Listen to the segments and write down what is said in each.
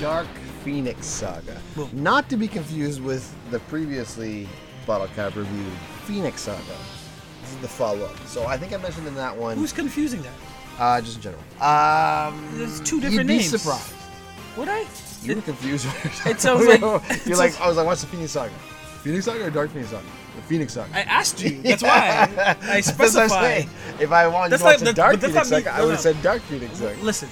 Dark Phoenix Saga. Not to be confused with the previously bottle cap reviewed Phoenix Saga. This is the follow up. So I think I mentioned in that one, Who's confusing that? uh, just in general. Um, There's two you'd different be names. surprised. Would I? You were confused. it sounds like- it you're sounds- like I was like, what's the Phoenix Saga? Phoenix Saga or Dark Phoenix Saga? The Phoenix Saga. I asked you. That's why I, I That's what I'm specified. saying. If I wanted That's to watch not- a that- Dark but that's Phoenix not me- Saga, I no, would no. have said Dark Phoenix Saga. Listen.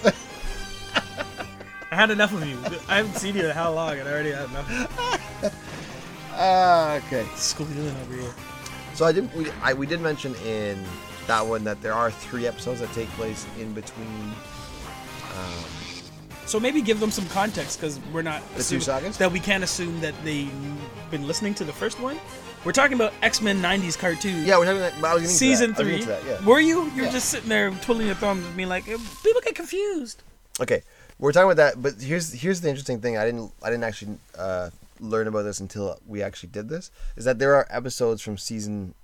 I had enough of you. I haven't seen you in how long, and I already had enough. Ah, okay. Squealing over here. So I did. We, I, we did mention in that one that there are three episodes that take place in between. So maybe give them some context because we're not The two sagas? that we can't assume that they've been listening to the first one. We're talking about X Men '90s cartoon. Yeah, we're talking. About, I was getting Season to that. I was three. getting to that, yeah. Were you? You were Yeah. just sitting there twiddling your thumbs and being like, "Eh, people get confused. Okay, we're talking about that. But here's here's the interesting thing. I didn't I didn't actually uh, learn about this until we actually did this. Is that there are episodes from season,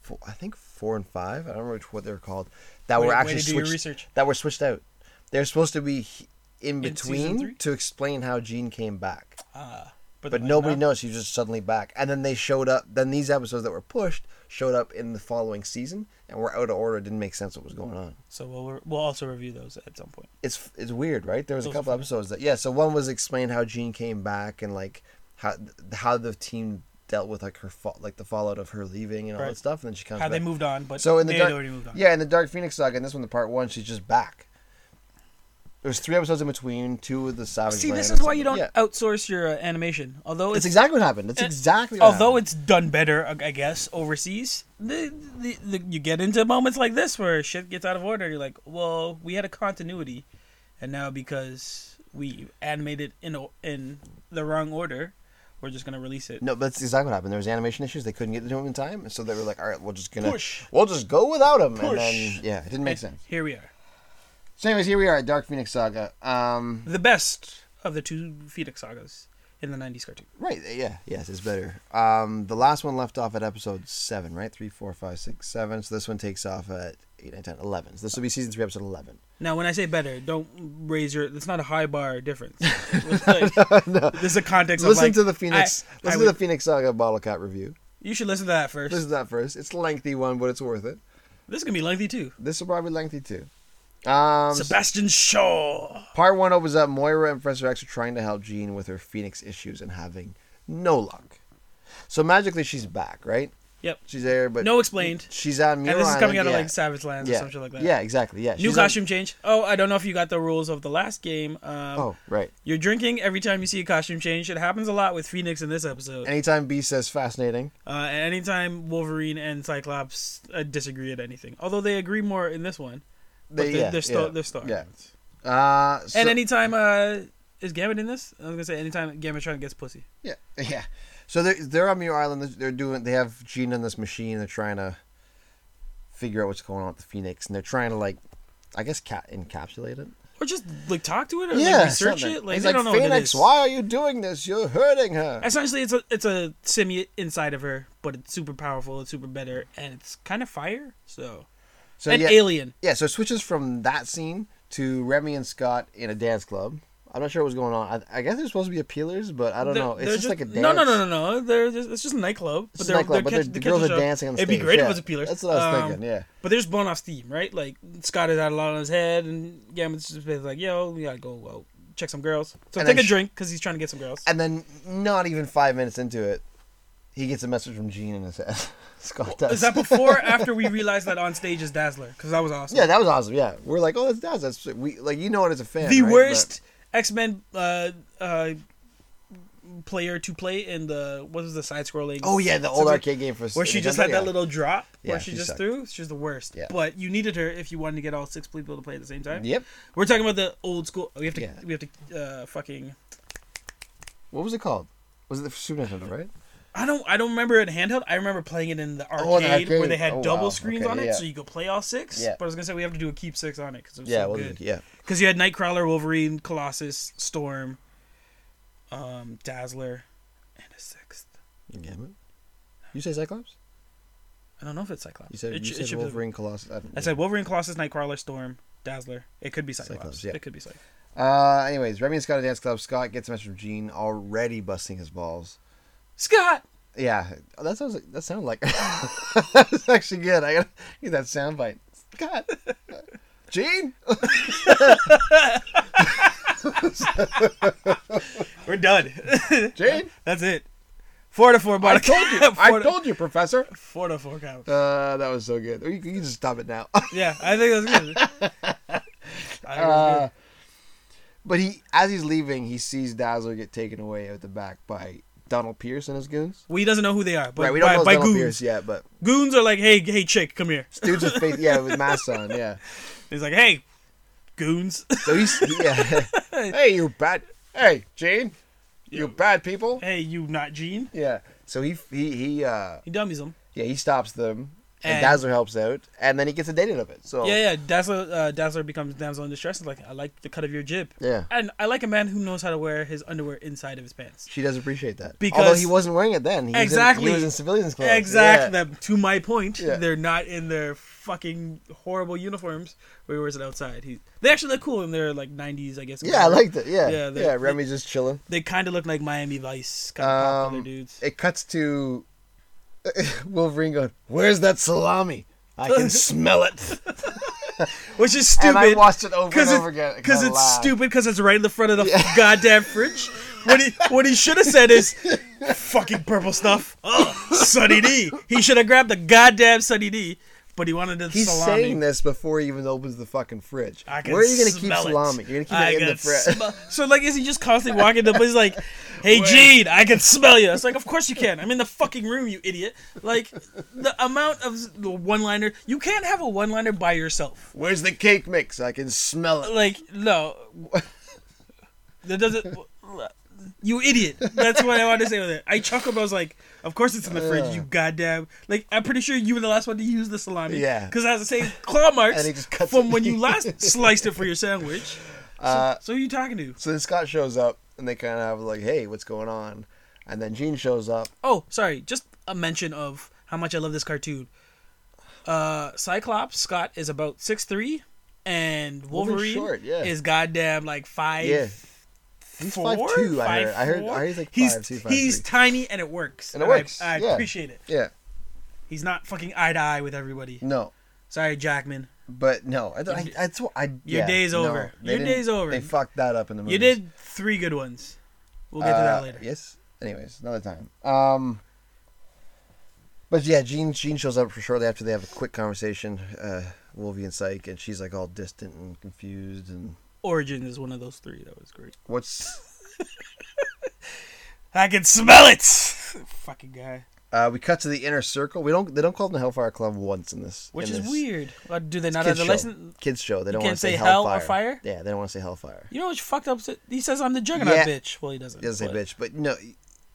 four, I think four and five. I don't remember which- what they were called. That Way- were way actually to do your switched. research. That were switched out. They're supposed to be he- in season between three? to explain how Jean came back. Uh, But like, nobody no. knows she's just suddenly back. And then they showed up. Then these episodes that were pushed showed up in the following season, and were out of order. It didn't make sense what was going on. So we'll, re- we'll also review those at some point. It's it's weird, right? There was a Those are couple funny. episodes that yeah. So one was explained how Jean came back and like how how the team dealt with like her fall like the fallout of her leaving and all Right. that stuff. And then she comes How back. they moved on, but so in the they dark, had already moved on. yeah, in the Dark Phoenix saga, in this one, the part one, she's just back. There's three episodes in between. Two of the Savage. See, this Land is or why you don't something. Yeah. outsource your uh, animation. Although It's it's, exactly what happened. It's Uh, exactly. What although happened. it's done better, I I guess, overseas, the, the, the, you get into moments like this where shit gets out of order. You're like, well, we had a continuity, and now because we animated in o- in the wrong order, we're just gonna release it. No, but that's exactly what happened. There was animation issues; they couldn't get to him in time, and so they were like, "All right, we're just gonna Push. we'll just go without him." Push. And then yeah, it didn't make sense. Here we are, So, anyways, here we are at Dark Phoenix Saga. Um, the best of the two Phoenix sagas in the '90s cartoon. right? uh, Yeah, yes, it's better. Um, the last one left off at episode seven, right? Three, four, five, six, seven. So this one takes off at eight, nine, ten, eleven. So this will be season three, episode eleven. Now, when I say better, don't raise your. It's not a high bar difference. It's like- This is a context. of, Listen like, to the Phoenix. I- I listen to would- the Phoenix Saga bottle cap review. You should listen to that first. Listen to that first. It's a lengthy one, but it's worth it. This is gonna be lengthy too. This will probably be lengthy too. Um, Sebastian Shaw. Part one opens up Moira and Professor X are trying to help Jean with her Phoenix issues and having no luck. So magically she's back, right? Yep. She's there, but No explained. She's on Muir and this is coming Island, out of yeah. like Savage Lands yeah. or something like that. Yeah, exactly. Yeah. New she's on- costume change. Oh, I don't know if you got the rules of the last game. Um, oh, right. You're drinking every time you see a costume change. It happens a lot with Phoenix in this episode. Anytime B says fascinating, Uh, and anytime Wolverine and Cyclops uh, disagree at anything, although they agree more in this one. But they, they- yeah, they're still- yeah, they're still Yeah. arguments. Uh, so, and anytime uh, is Gambit in this? I was gonna say anytime Gambit trying to gets pussy. yeah, yeah. So they're they're on Muir Island. They're they're doing. They have Jean on this machine. They're trying to figure out what's going on with the Phoenix, and they're trying to like, I guess, cat encapsulate it. Or just like talk to it or yeah, like, research something. it. Like He's they like, don't know what it Phoenix, is. why are you doing this? You're hurting her. Essentially, it's a it's a simi inside of her, but it's super powerful, it's super better, and it's kind of fire. So, So an yeah, alien. yeah. So it switches from that scene to Remy and Scott in a dance club. I'm not sure what was going on. I, I guess they're supposed to be appealers, but I don't They're- know. It's they're just, like a dance. No, no, no, no, no. They're just, it's just a nightclub. It's they're, a nightclub, but catch- the catch girls show. are dancing on the It'd stage. be great if Yeah, it was appealers. That's what I was Um, thinking. Yeah. But they're just blowing off steam, right? Like Scott is out a lot on his head, and Gammon's just been like, "Yo, we gotta go well, check some girls." So And take then a sh- drink because he's trying to get some girls. And then, not even five minutes into it, he gets a message from Gene in his head. Scott does. Is that before or after we realized that on stage is Dazzler? Because that was awesome. yeah, that was awesome. Yeah, we're like, oh, that's that's, that's we like you know it as a fan. the right? But- worst X Men uh, uh, player to play in the what was the side scrolling? oh yeah, the old arcade game for where she just had yeah. that little drop Yeah, where she, she just sucked. threw. She's the worst. Yeah. But you needed her if you wanted to get all six people to play at the same time. Yep. We're talking about the old school. oh, We have to. Yeah. We have to. Uh, fucking. What was it called? Was it the Super Nintendo? Right. I don't. I don't remember it handheld. I remember playing it in the arcade, Oh, in the where arcade. they had Oh, double wow. screens Okay, on it, yeah. so you could play all six. Yeah. But I was gonna say we have to do a keep six on it because it was Yeah. so well, good. yeah. Because you had Nightcrawler, Wolverine, Colossus, Storm, um, Dazzler, and a sixth. Gambit? You say Cyclops? I don't know if it's Cyclops. You said It you sh- it said should be- Wolverine Colossus. I, don't I know. said Wolverine, Colossus, Nightcrawler, Storm, Dazzler. It could be Cyclops. Cyclops, yeah. It could be Cyclops. Uh, anyways, Remy and Scott at Dance Club. Scott gets a message from Gene already busting his balls. Scott. Yeah, oh, that sounds that sounded like that's actually good. I gotta get that sound bite. Scott, Gene. Oh, We're done. Gene, That's it. Four to four. I Monica. told you. I Four to- told you, Professor. Four to four count. Uh, that was so good. You, you can just stop it now. Yeah, I think that's good. I think that's Uh, good. but he, as he's leaving, he sees Dazzler get taken away at the back by Donald Pierce and his goons. Well, he doesn't know who they are, but right, we don't by, know by Donald goons. Pierce yet, but Goons are like, hey, hey, chick, come here. dudes with face, yeah, with masks on, yeah. He's like, hey, goons. So he's, yeah. hey, you bad, hey, Gene, you bad people. hey, you not Gene. Yeah. So he, he, he, uh, He dummies him. yeah, he stops them, and, And- Dazzler helps out, and then he gets a date out of it. So Yeah, yeah. Dazzler, uh, Dazzler becomes damsel in distress. He's like, I like the cut of your jib. Yeah. And I like a man who knows how to wear his underwear inside of his pants. She does appreciate that. Because- Although he wasn't wearing it then. He Was in, Exactly. he was in civilian's clothes. Exactly. Yeah. That, to my point, Yeah. they're not in their fucking horrible uniforms. Where he wears it outside. He, they actually look cool in their like '90s, I guess. Yeah, I liked it. Yeah. Yeah, Yeah, they- Remy's just chilling. They kind of look like Miami Vice kind of popular Um, dudes. It cuts to Wolverine going, Where's that salami? I can smell it. Which is stupid. And I watched it over Cause and it- over again. I Because kinda it's laughed. stupid. Because it's right in the front of the goddamn fridge. What he what he should have said is, "Fucking purple stuff." Ugh, Sunny D. He should have grabbed the goddamn Sunny D. But he wanted the He's salami. saying this before he even opens the fucking fridge. I can Where are you going to keep smell it. salami? You're going to keep I it in can the fridge. smell- so like, is he just constantly walking up? He's like, "Hey, Gene, I can smell you." It's like, of course you can. I'm in the fucking room, you idiot. Like, the amount of the one-liner you can't have a one-liner by yourself. Where's the cake mix? I can smell it. Like, no, that doesn't. You idiot. That's what I wanted to say with it. I chuckled. but I was like, "Of course it's in the fridge. Uh. You goddamn like." I'm pretty sure you were the last one to use the salami. Yeah. Because I was saying claw marks And he just cuts from it. when you last sliced it for your sandwich. Uh, So who you talking to? so then Scott shows up, and they kind of have like, hey, what's going on? And then Gene shows up. Oh, sorry. Just a mention of how much I love this cartoon. Uh, Cyclops Scott is about six three, and Wolverine short, yeah. is goddamn like five. Yeah. He's Four, five two. I five, heard. I heard. four? I heard he's like he's, five two, five he's three. tiny and it works. And it I- works, I, yeah. appreciate it. yeah. He's not fucking eye to eye with everybody. No. Sorry, Jackman. But no, I, I, I, sw- I Your yeah, day's no, over. they Your didn't- day's over. They fucked that up in the movie. You did three good ones. We'll get to that later. Uh, Yes. Anyways, another time. Um. But yeah, Jean Jean shows up shortly after they have a quick conversation, uh, Wolvie and Psyche, and she's like all distant and confused and Origin is one of those three. That was great. what's. I can smell it. fucking guy. Uh, we cut to the inner circle. We don't. They don't call them the Hellfire Club once in this. Which in is this. weird. Uh, Do they not have Kids the show. license? Kids show. They don't can't want to say, say hell or Hellfire. fire? Yeah, they don't want to say Hellfire. You know what's fucked up? He says I'm the juggernaut Yeah. bitch. Well, he doesn't. It doesn't say but- bitch, but no,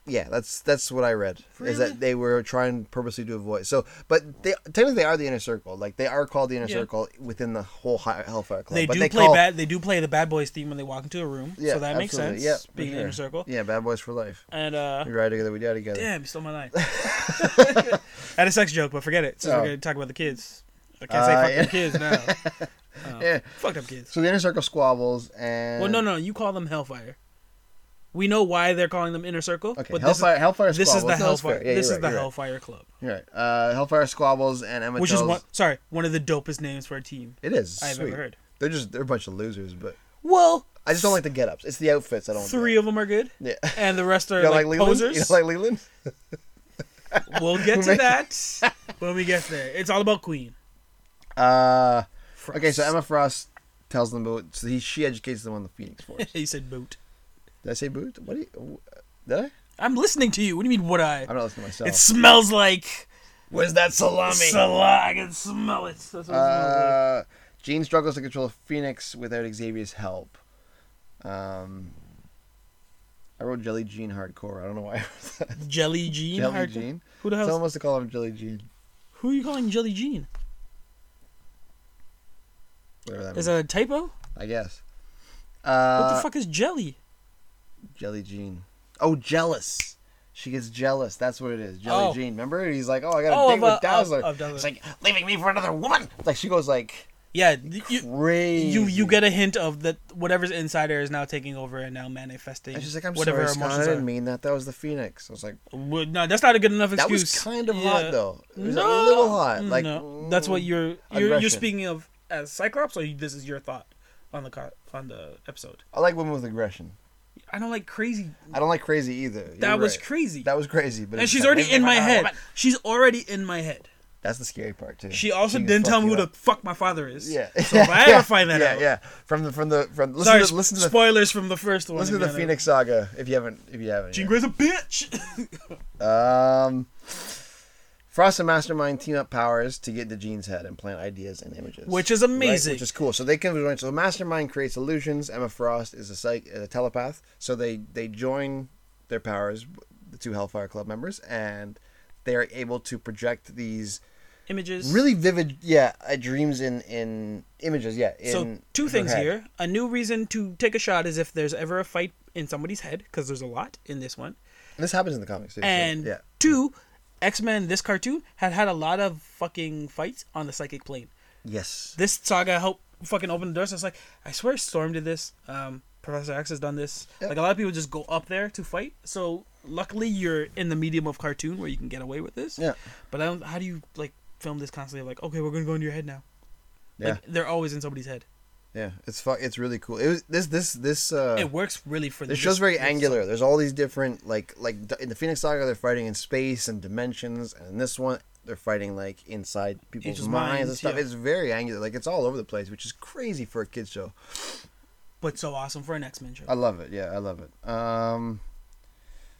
yeah, that's that's what I read. Is Really? that they were trying purposely to avoid. So, but they technically they are the inner circle. Like they are called the inner Yeah. circle within the whole Hi- Hellfire Club. They but do they play call, bad. They do play the bad boys theme when they walk into a room. so that makes absolutely, sense. Yeah, for being in the inner sure. circle. Yeah, bad boys for life. And uh, We ride together. We die together. damn, you stole my line. I had a sex joke, but forget it. Since Oh. we're gonna talk about the kids, I can't say Uh, fuck yeah. them kids now. Oh. Yeah. Fuck them kids. So the inner circle squabbles and Well, no, no, you call them Hellfire. We know why they're calling them inner circle. Okay, but Hellfire. This is, Hellfire. this is squabbles. the No, it's fair. Hellfire. Yeah, this you're is right, the you're right. Hellfire Club, You're right. Uh, Hellfire squabbles and Emma which is tells- one. Sorry, one of the dopest names for a team It is. I've sweet. ever heard. They're just they're a bunch of losers, but Well, I just don't like the get-ups. It's the outfits I don't. three Like. of them are good. Yeah. and the rest are You don't like, like Leland? posers. You don't like Leland? we'll get to that when we get there. It's all about Queen. Uh, Frost. okay, so Emma Frost tells them about. So he, she educates them on the Phoenix Force. he said boot. Did I say boot? What do you, did I? I'm listening to you. What do you mean? Would I? I'm not listening to myself. It smells like Where's that salami? sal- I can smell it. That's what it smells uh, Jean struggles to control Phoenix without Xavier's help. Um, I wrote Jelly Jean hardcore. I don't know why. I wrote that. like. Jelly Jean. Jelly Hard- Jean. Who the hell? Someone wants to call him Jelly Jean. Who are you calling Jelly Jean? Whatever that Is means. that a typo? I guess. What Uh, the fuck is jelly? Jelly Jean. Oh, jealous. She gets jealous. That's what it is. Jelly Oh. Jean. Remember? He's like, oh, I got a Oh, date of, with uh, of- Dazzler. of Dazzler. It's like leaving me for another woman. Like she goes like, Yeah, you, Crazy. you you get a hint of that whatever's inside her is now taking over and now manifesting. It's just like I'm whatever sorry, Scott, I emotions didn't are. mean that. That was the Phoenix. I was like, Well, no, that's not a good enough that excuse. was kind of Yeah. hot though. It was no, a little hot. Like no. that's what mm. you're you're, you're aggression. speaking of as Cyclops, or you, this is your thought on the co- on the episode. I like women with aggression. I don't like crazy. I don't like crazy either. You're That was right. crazy. That was crazy. But and it's she's like- already in my head. She's already in my head. That's the scary part too. She also can didn't fuck tell me you who the up. fuck my father is. Yeah. So if I ever yeah. find that yeah, out. Yeah. From the from the from listen Sorry, to, listen to the spoilers from the first one. listen if to the you haven't- Phoenix Saga if you haven't if you haven't. Jean yet. Grey's a bitch. Um, Frost and Mastermind team up powers to get into Jean's head and plant ideas and images, Which is Right? amazing. Which is cool. So they can join. So Mastermind creates illusions. Emma Frost is a psych, a telepath. So they they join their powers, the two Hellfire Club members, and they are able to project these Images. really vivid, yeah, uh, dreams in in images. Yeah. In So two her things head. here. A new reason to take a shot is if there's ever a fight in somebody's head, because there's a lot in this one. And this happens in the comics. Too, so, And yeah. two, X Men, this cartoon had had a lot of fucking fights on the psychic plane. Yes. This saga helped fucking open the doors. It's like I swear, Storm did this. Um, Professor X has done this. Yep. Like a lot of people just go up there to fight. So luckily, you're in the medium of cartoon where you can get away with this. Yeah. But I don't, how do you like film this constantly? Like, okay, we're gonna go into your head now. Yeah. Like they're always in somebody's head. yeah. It's fu- It's really cool. It was this this this. Uh, It works really for The show's very angular. There's all these different like like d- in the Phoenix Saga they're fighting in space and dimensions, and in this one they're fighting like inside people's People's minds, and minds, stuff. yeah. It's very angular. Like it's all over the place, which is crazy for a kids show. but so awesome for an X Men show. I love it. Yeah, I love it. Um,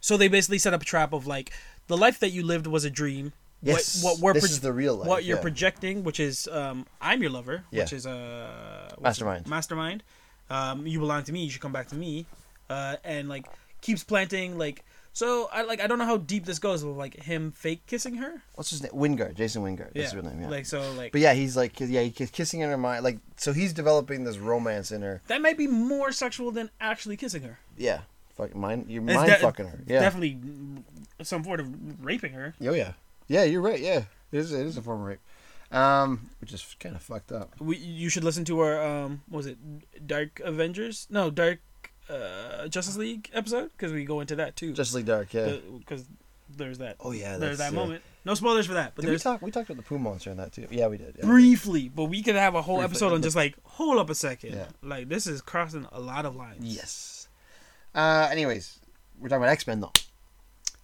so they basically set up a trap of like the life that you lived was a dream. yes, what, what we're this pro- is the real life. what you're yeah. projecting, which is um, I'm your lover, Yeah. which is uh, what's it- Mastermind. Mastermind. Um, you belong to me. You should come back to me. Uh, and like keeps planting like so. I like I don't know how deep this goes with like him fake kissing her. What's his name? Wingard. Jason Wingard. That's his real name. Yeah. Like so like but yeah, he's like yeah, he's kissing in her mind. Like so, he's developing this romance in her. that might be more sexual than actually kissing her. Yeah, fuck mind. You're It's mind de- fucking her. Yeah. Definitely some sort of raping her. Oh yeah. Yeah, you're right. Yeah, it is. It is a form of rape, um, which is kind of fucked up. we you should listen to our um what was it Dark Avengers? No, Dark uh Justice League episode because we go into that too. Justice League Dark, yeah. because there's that. Oh, yeah, there's that's, that yeah. moment. No spoilers for that, but did we there's talk? We talked about the poo monster in that too. Yeah, we did. Yeah. briefly. But we could have a whole Briefly, episode on but- just like hold up a second. Yeah. Like this is crossing a lot of lines. Yes. Uh, anyways, we're talking about X Men though.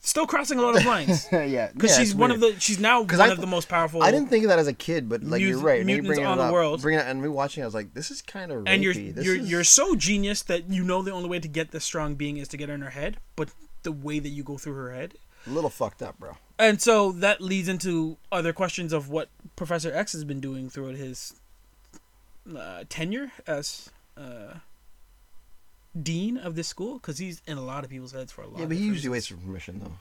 Still crossing a lot of lines yeah, because she's one of the she's now one 'Cause I of the most powerful. I didn't think of that as a kid, but like you're Mut- right. Now you mutants bringing on it the up, world. bringing it and rewatching, it, I was like, this is kind of and you're rapey. This you're is- you're so genius that you know the only way to get this strong being is to get her in her head, but the way that you go through her head a little fucked up, bro. And so that leads into other questions of what Professor X has been doing throughout his uh, tenure as uh, dean of this school, because he's in a lot of people's heads for a lot. Yeah, of but he different usually reasons. waits for permission though.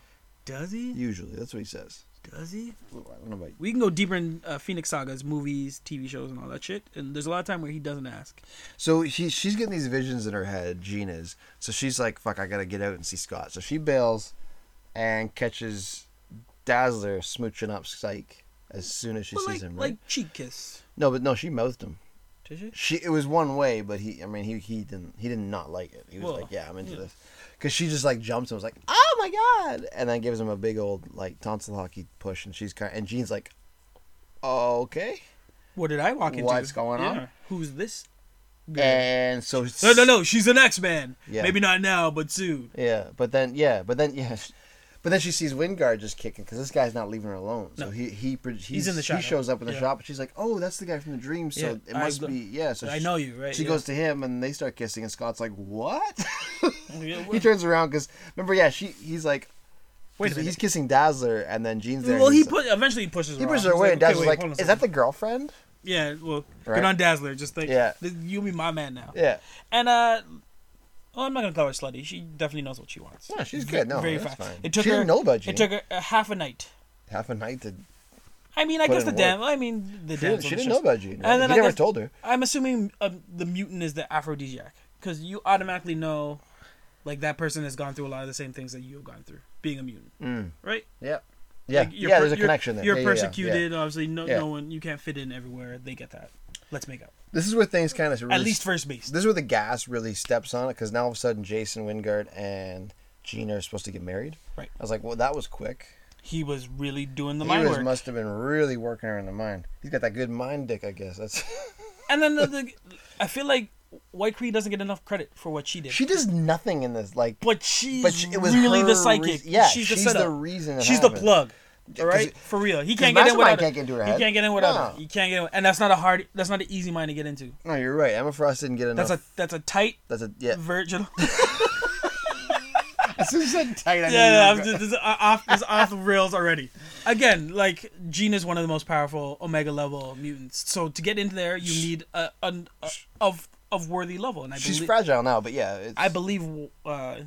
does he? Usually, that's what he says. Does he? I don't know about you. We can go deeper in uh, Phoenix sagas, movies, TV shows, and all that shit. And there's a lot of time where he doesn't ask. So she she's getting these visions in her head, Jean is. So she's like, fuck, I gotta get out and see Scott. So she bails and catches Dazzler smooching up Psyche as soon as she But sees like, him, right? like cheek kiss. No, but no, she mouthed him. Did she? She it was one way, but he I mean he he didn't he did not like it. He was Well, like, Yeah, I'm into yeah. this. Cause she just like jumps and was like, Oh my god and then gives him a big old like tonsil hockey push and she's kinda and Jean's like Okay. What did I walk into? What's going on? Who's this? And so No, no, no. She's an X Man. Yeah. Maybe not now, but soon. Yeah, but then yeah, but then yeah, sh- but then she sees Wingard just kicking because this guy's not leaving her alone. So No. he he pro- he's, in the shadow. He shows up in the Yeah. shop, and she's like, "Oh, that's the guy from the dream." So Yeah, it I must go- be yeah. So I she- know you, right? She Yeah. goes to him, and they start kissing, and Scott's like, "What?" Yeah, he turns around because remember, yeah, she he's like, Wait a he's, minute. he's kissing Dazzler, and then Jean's there. Well, and he he's like- put eventually he pushes. he her pushes off. her He's away, and "Okay, Dazzler's wait, like, hold on a "Is that second." the girlfriend?" Yeah, well, Right. good on Dazzler. Just like, Yeah. th- you'll be my man now. Yeah, And uh, well, I'm not gonna call her slutty. She definitely knows what she wants. no, she's Ve- good. No, very that's fine. fine. It took she her. didn't know about Jean. it took her uh, half a night. half a night to. I mean, I Put guess the in damn. I mean, the She didn't, damn. she didn't know about Jean. right? then he I never guess- told her. I'm assuming um, the mutant is the aphrodisiac because you automatically know, like that person has gone through a lot of the same things that you've gone through, being a mutant, Mm. right? Yeah. Yeah, Like, you're yeah. per- There's a you're- connection there. You're Yeah, yeah, yeah, yeah. persecuted. Obviously, no, Yeah. no one. You can't fit in everywhere. They get that. Let's make up. This is where things kind of really At least first base. this is where the gas really steps on it because now all of a sudden Jason Wingard and Gina are supposed to get married. Right. I was like, well, that was quick. He was really doing the he mind was, work. must have been really working her in the mind. He's got that good mind dick, I guess. That's and then the, the, I feel like White Cree doesn't get enough credit for what she did. she does nothing in this. Like, but she's But she- it was really the her psychic. reas- yeah, she's the, she's setup. the reason it she's the happened. plug. All 'cause right, it- for real. He 'cause can't get in Mastermind without. can't it. get into her He head. can't get in without. No. It. He can't get in, and that's not a hard. That's not an easy mind to get into. no, you're right. Emma Frost didn't get enough. That's a that's a tight That's a yeah. virginal. As soon as you said tight, I knew you yeah, yeah, were I'm just, this is off this is off the rails already. Again, like Jean is one of the most powerful Omega level mutants. So to get into there, you need a, an a of of worthy level, and I She's believe fragile now, but yeah, it's, I believe uh,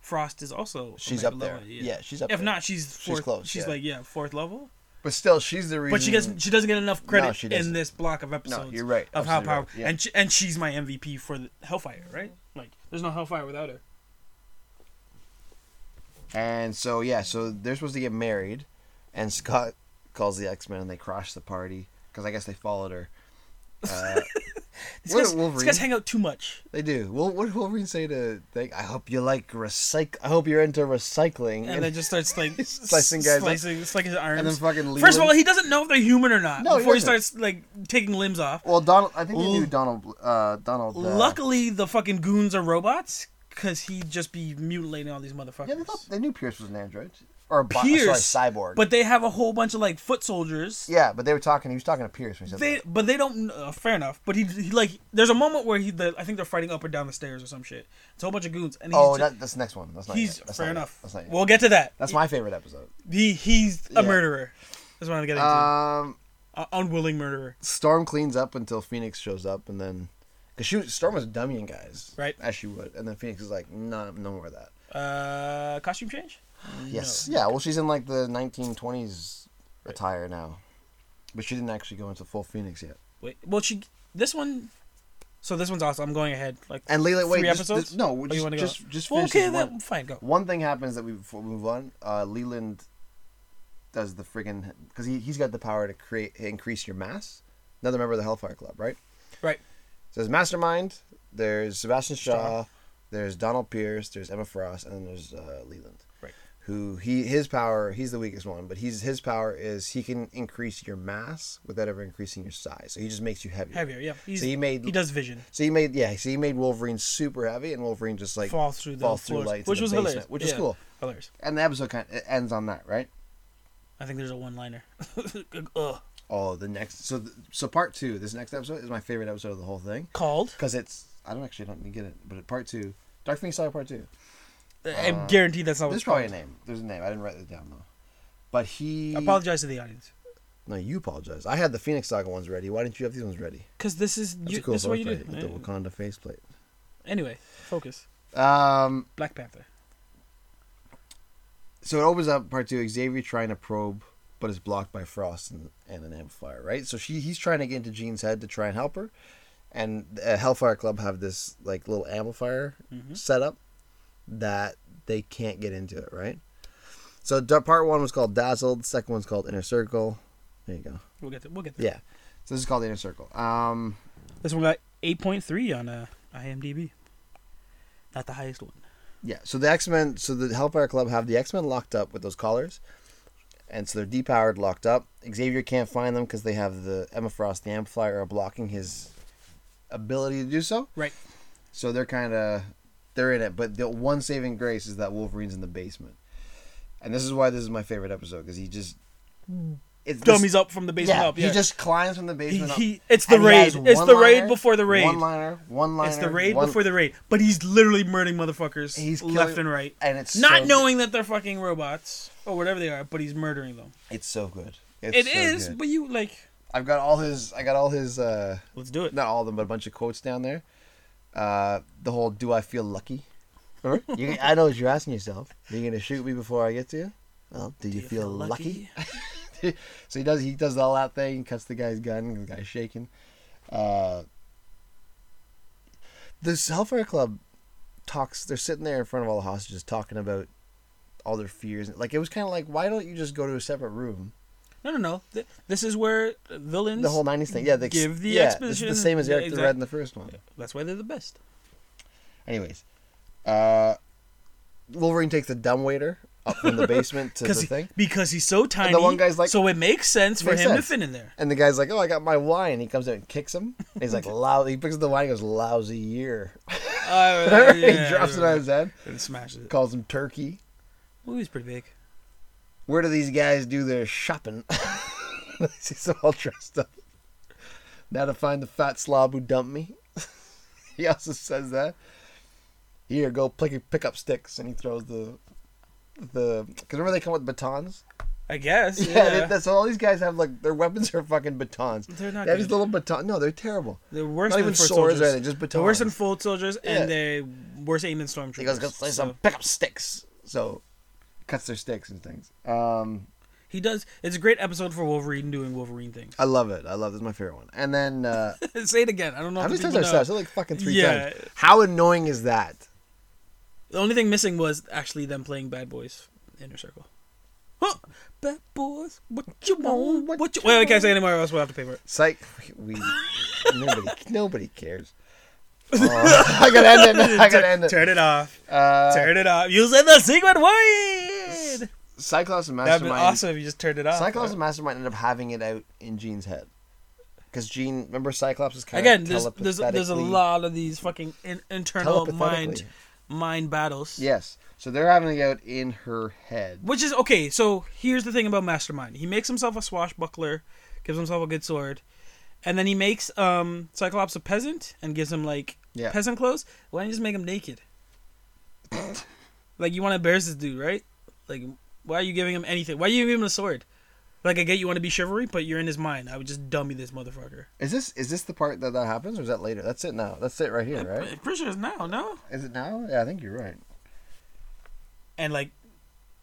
Frost is also she's up Omega there. level, Yeah. she's up. If there. not, she's fourth, she's close, yeah. like yeah, fourth level. but still, she's the reason. But she gets she doesn't get enough No, credit she in doesn't. this block of episodes. you're right. Of how Absolutely right. powerful, Yeah. and she, and she's my MVP for the Hellfire, right? Like, there's no Hellfire without her. And so yeah, so they're supposed to get married, and Scott calls the X Men and they crash the party because I guess they followed her. Uh, These what did guys, these Wolverine? guys hang out too much. they do. Well, what did Wolverine say to? Like, I hope you like recycle. I hope you're into recycling. and then just starts like Slicing guys up. slicing, slicing his arms. and then fucking leave First of him. all, he doesn't know if they're human or not No, he before he, doesn't. starts like taking limbs off. well, Donald. I think they Ooh. knew Donald. Uh, Donald. Uh, Luckily, the fucking goons are robots because he'd just be mutilating all these motherfuckers. Yeah, they thought they knew Pierce was an android or a bi- Pierce, sorry, cyborg. but they have a whole bunch of like foot soldiers. yeah, but they were talking. He was talking to Pierce when he said They, that. but they don't. Uh, fair enough. But he, he, like, there's a moment where he, the, I think they're fighting up or down the stairs or some shit. It's a whole bunch of goons, and he's, Oh, ju- that, that's the next one. That's not. he's yet. That's fair not yet. enough. That's not. Yet. We'll get to that. That's my favorite episode. He, he's a Yeah. murderer. That's what I'm getting to. Um. A unwilling murderer. Storm cleans up until Phoenix shows up, and then because she was, Storm was dummying guys, Right. As she would, and then Phoenix is like, no, no more of that. Uh, costume change. Yes, yeah. Well, she's in like the 1920s attire now, but she didn't actually go into full Phoenix yet. Wait, well, she this one. So this one's awesome. I'm going ahead. Like And Leila, wait, three just- episodes. just- no, Or just- wanna just- just Well, finish this okay, then one. fine, go. One thing happens that we before we move on. Uh, Leland does the friggin' because he he's got the power to create increase your mass. Another member of the Hellfire Club, right? Right. So there's Mastermind, there's Sebastian Shaw, there's Donald Pierce, there's Emma Frost, and then there's uh, Leland. Right. Who he his power he's the weakest one, but he's his power is he can increase your mass without ever increasing your size. So he just makes you heavier. Heavier, yeah. He's, So he made he does vision. so he made yeah, so he made Wolverine super heavy and Wolverine just like Fall through the falls through floors, lights in which the was basement, hilarious. which is Yeah, cool. Hilarious. And the episode kind it ends on that, right? I think there's a one-liner. Ugh. Oh, Oh, the next so th so part 2, this next episode is my favorite episode of the whole thing called. because it's I don't actually don't get it, but it, part 2, Dark Phoenix Saga part 2. I'm guaranteed that's Uh, not what There's it's probably called. a name. There's a name. I didn't write it down though. But he. I apologize to the audience No, you apologize. I had the Phoenix Saga ones ready. Why didn't you have these ones ready? because this is That's you, a cool this is what you faceplate do. Eh? with the Wakanda faceplate. Anyway, focus. Um. Black Panther. So it opens up part two. Xavier trying to probe, but it's blocked by Frost and, and an amplifier. Right. So she he's trying to get into Jean's head to try and help her, and uh, Hellfire Club have this like little amplifier set up that they can't get into it. Right. So da- part one was called Dazzled. Second one's called Inner Circle. There you go. We'll get there. We'll get there. Yeah. So this is called the Inner Circle. Um. This one got 8.3 on uh, IMDb. Not the highest one. Yeah, so the X Men, so the Hellfire Club have the X Men locked up with those collars, and so they're depowered, locked up. Xavier can't find them because they have the Emma Frost, the Amplifier, are blocking his ability to do so. Right. So they're kind of they're in it, but the one saving grace is that Wolverine's in the basement, and this is why this is my favorite episode because he just it's Hmm. Dummies up from the basement yeah, up. Yeah. he just climbs from the basement. up, he- it's the and he has raid. It's the raid one-liner, before the raid. One liner, one liner. It's the raid before the raid, but he's literally murdering motherfuckers He's left killing- and right, and it's not so- knowing that they're fucking robots or whatever they are. But he's murdering them. It's so good. It's so good. but you like, I've got all his. I got all his. uh let's do it. Not all of them, but a bunch of quotes down there. Uh The whole "Do I feel lucky?" you, I know what you're asking yourself. Are you gonna shoot me before I get to you? Well, do, you, feel, lucky? so he does. He does all that thing. Cuts the guy's gun. The guy's shaking. Uh, this Hellfire Club talks. They're sitting there in front of all the hostages, talking about all their fears. Like it was kind of like, why don't you just go to a separate room? No, no, no. Th- This is where villains. The whole '90s thing, yeah. The, ex- give the yeah, this is exposition. the same as Yeah, Eric the exact- Red in the first one. That's why they're the best. Anyways, uh, Wolverine takes the dumbwaiter up from the basement to the he- thing, because he's so tiny. one guy's like- so it makes sense for Makes him sense. to fit in there. and the guy's like, "Oh, I got my wine." He comes out and kicks him. And he's like, "Lousy." He picks up the wine. and goes, "Lousy year." Uh, yeah, he drops it on his head. and smashes it. Calls him turkey. Movie's pretty big. Where do these guys do their shopping? he's all dressed up. Now to find the fat slob who dumped me. he also says that. Here, go pick, pick up sticks, and he throws the the. Cause remember they come with batons. I guess. Yeah, Yeah. They, that's all these guys have. Like their weapons are fucking batons. They're not They have these good. little baton. No, they're terrible. they're worse Not than even foot swords or soldiers. anything, just batons. They're worse than foot soldiers, Yeah. and they're worse aimed than stormtroopers. He goes, go play some So pick up sticks. So, cuts their sticks and things. Um, he does. It's a great episode for Wolverine doing Wolverine things. I love it. I love this. Is my favorite one. And then. Uh, Say it again. I don't know. How if many the times people I've know. said it? like fucking three Yeah. times. How annoying is that? The only thing missing was actually them playing Bad Boys Inner Circle. Huh. Bad Boys, what you want? What, you? Wait, I can't say anymore, or else we'll have to pay for it. Psych. We nobody nobody cares. Oh, I gotta end it. I gotta end it. Turn it off. Uh, Turn it off. You said the secret word. Cyclops and That'd be Mastermind. awesome if you just turned it off. Cyclops and Mastermind ended up having it out in Jean's head. Because Jean, remember Cyclops is kind Again, of there's, there's there's a lot of these fucking in, internal mind mind battles. Yes. So they're having it out in her head. Which is okay. So here's the thing about Mastermind. He makes himself a swashbuckler, gives himself a good sword, and then he makes um Cyclops a peasant and gives him like Yeah. peasant clothes. Why don't you just make him naked? like you want to embarrass this dude, right? Like why are you giving him anything? Why are you giving him a sword? Like I get you want to be chivalry, but you're in his mind. I would just dummy this motherfucker. Is this is this the part that that happens, or is that later? That's it now. That's it right here, right? I'm pretty sure it's now, no? Is it now? Yeah, I think you're right. And like,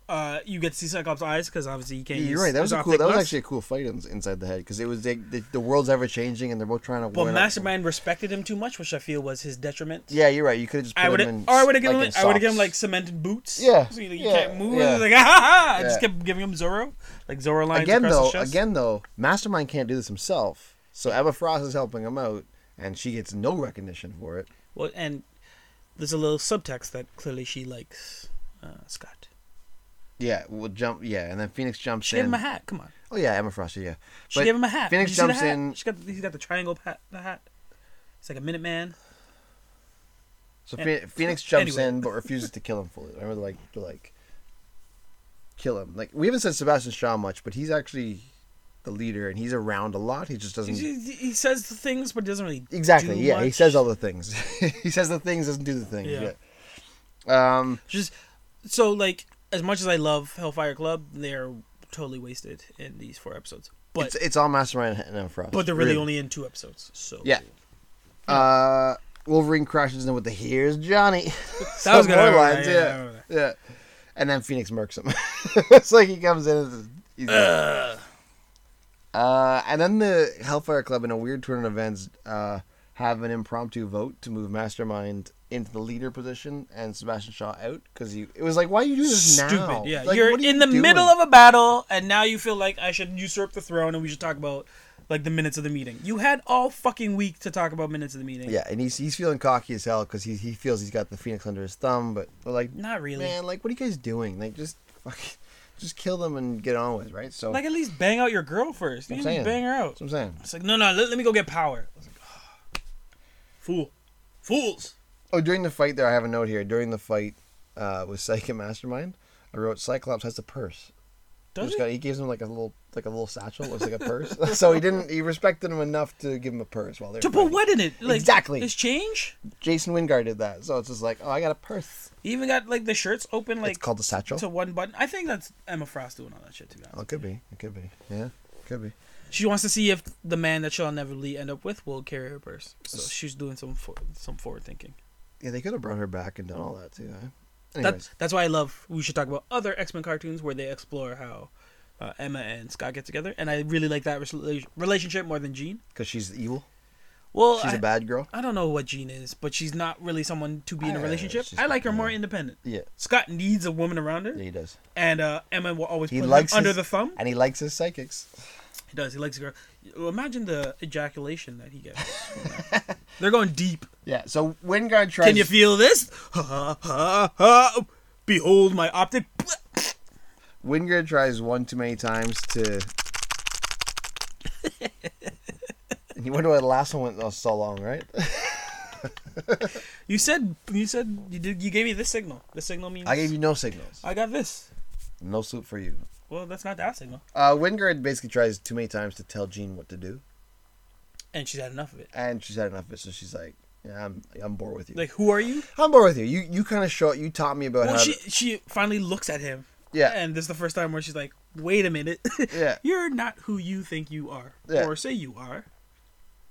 uh, you get to see Cyclops' eyes because obviously he can't. Yeah, use you're right. That was his a cool. optic That was lux. actually a cool fight in, inside the head because it was they, the, the world's ever changing and they're both trying to. But win up. Mastermind respected him too much, which I feel was his detriment. Yeah, you're right. You could have just. Put I would, him in, or I would have given like, him, in I would have given socks. him like cemented boots. Yeah, so you, you yeah, can't move. yeah. He's like, ah, ha, ha. I just Yeah. kept giving him Zorro, like Zorro lines again across though. his chest. Again though, Mastermind can't do this himself. So Emma Frost is helping him out, and she gets no recognition for it. Well, and there's a little subtext that clearly she likes uh, Scott. Yeah, we'll jump. Yeah, and then Phoenix jumps She in. gave him a hat. Come on, Oh yeah, Emma Frost. Yeah, she But gave him a hat. Phoenix Did you see the jumps hat? in. She got he's got the triangle hat. The hat. It's like a Minute Man. So Yeah. Phoe- Phoenix jumps Anyway. in but refuses to kill him fully. Remember, like to like kill him. Like we haven't said Sebastian Shaw much, but he's actually the leader and he's around a lot. He just doesn't He, he- he says the things, but doesn't really. exactly. do Yeah, he much. says all the things. he says the things, doesn't do the things. Yeah. Yeah. Um. just so like as much as I love Hellfire Club, they're totally wasted in these four episodes. But it's, it's all Mastermind and Emma Frost. but they're really, only in two episodes. So Yeah. Uh, Wolverine crashes in with the "Here's Johnny." that was Some gonna more happen, lines, yeah, yeah. yeah, I remember Yeah. And then Phoenix murks him. it's like he comes in and he's uh, and then the Hellfire Club, in a weird turn of events, uh, have an impromptu vote to move Mastermind into the leader position and Sebastian Shaw out because you. It was like, why are you doing this Stupid. now? Yeah, Like, you're what are you in the doing? middle of a battle, and now you feel like I should usurp the throne, and we should talk about like the minutes of the meeting. You had all fucking week to talk about minutes of the meeting. Yeah, and he's he's feeling cocky as hell because he he feels he's got the Phoenix under his thumb, but we're like, not really. man, like, what are you guys doing? Like, just fucking, just kill them and get on with it, right? So Like at least bang out your girl first. You I'm saying. didn't bang her out. that's what I'm saying. It's like no, no. Let, let me go get power. I was like, "Ah, fool, fools. Oh, during the fight there, I have a note here. During the fight uh, with Psychic Mastermind, I wrote Cyclops has a purse. He Does just it? got- he gives him like a little, like a little satchel. It looks like a purse. so he didn't. He respected him enough to give him a purse while they're. To put what in it? Like, Exactly. It's change. Jason Wingard did that, so it's just like, oh, I got a purse. He even got like the shirts open like it's called a satchel. to one button. I think that's Emma Frost doing all that shit. To be oh, honest, it could be. It could be. Yeah, could be. she wants to see if the man that she'll inevitably end up with will carry her purse. So she's doing some for, some forward thinking. Yeah, they could have brought her back and done all that too. Huh? Anyways, That's that's why I love. We should talk about other X Men cartoons where they explore how uh, Emma and Scott get together, and I really like that res- relationship more than Jean. because she's evil. Well, She's I a bad girl. I don't know what Jean is, but she's not really someone to be in I- a relationship. she's I like her fucking- more independent. Yeah. Scott needs a woman around her, Yeah, he does. and uh, Emma will always He put likes him under his- the thumb. And he likes his psychics. He does. He likes a girl. Well, Imagine the ejaculation that he gets. from that. They're going deep. Yeah. So Wingard tries. Can you feel this? Ha ha ha! Behold my optic. Wingard tries one too many times to. and you wonder why the last one went so long, right? You said you said you did. You gave me this signal. This signal means I gave you no signals. I got this. No salute for you. Well, that's not that signal. Uh, Wingard basically tries too many times to tell Jean what to do, And she's had enough of it. and she's had enough of it. So she's like, "Yeah, I'm, I'm bored with you. Like, who are you? I'm bored with you. You, you kind of show. You taught me about Well, how. she to, she finally looks at him. yeah, And this is the first time where she's like, wait a minute. Yeah. You're not who you think you are Yeah. or say you are.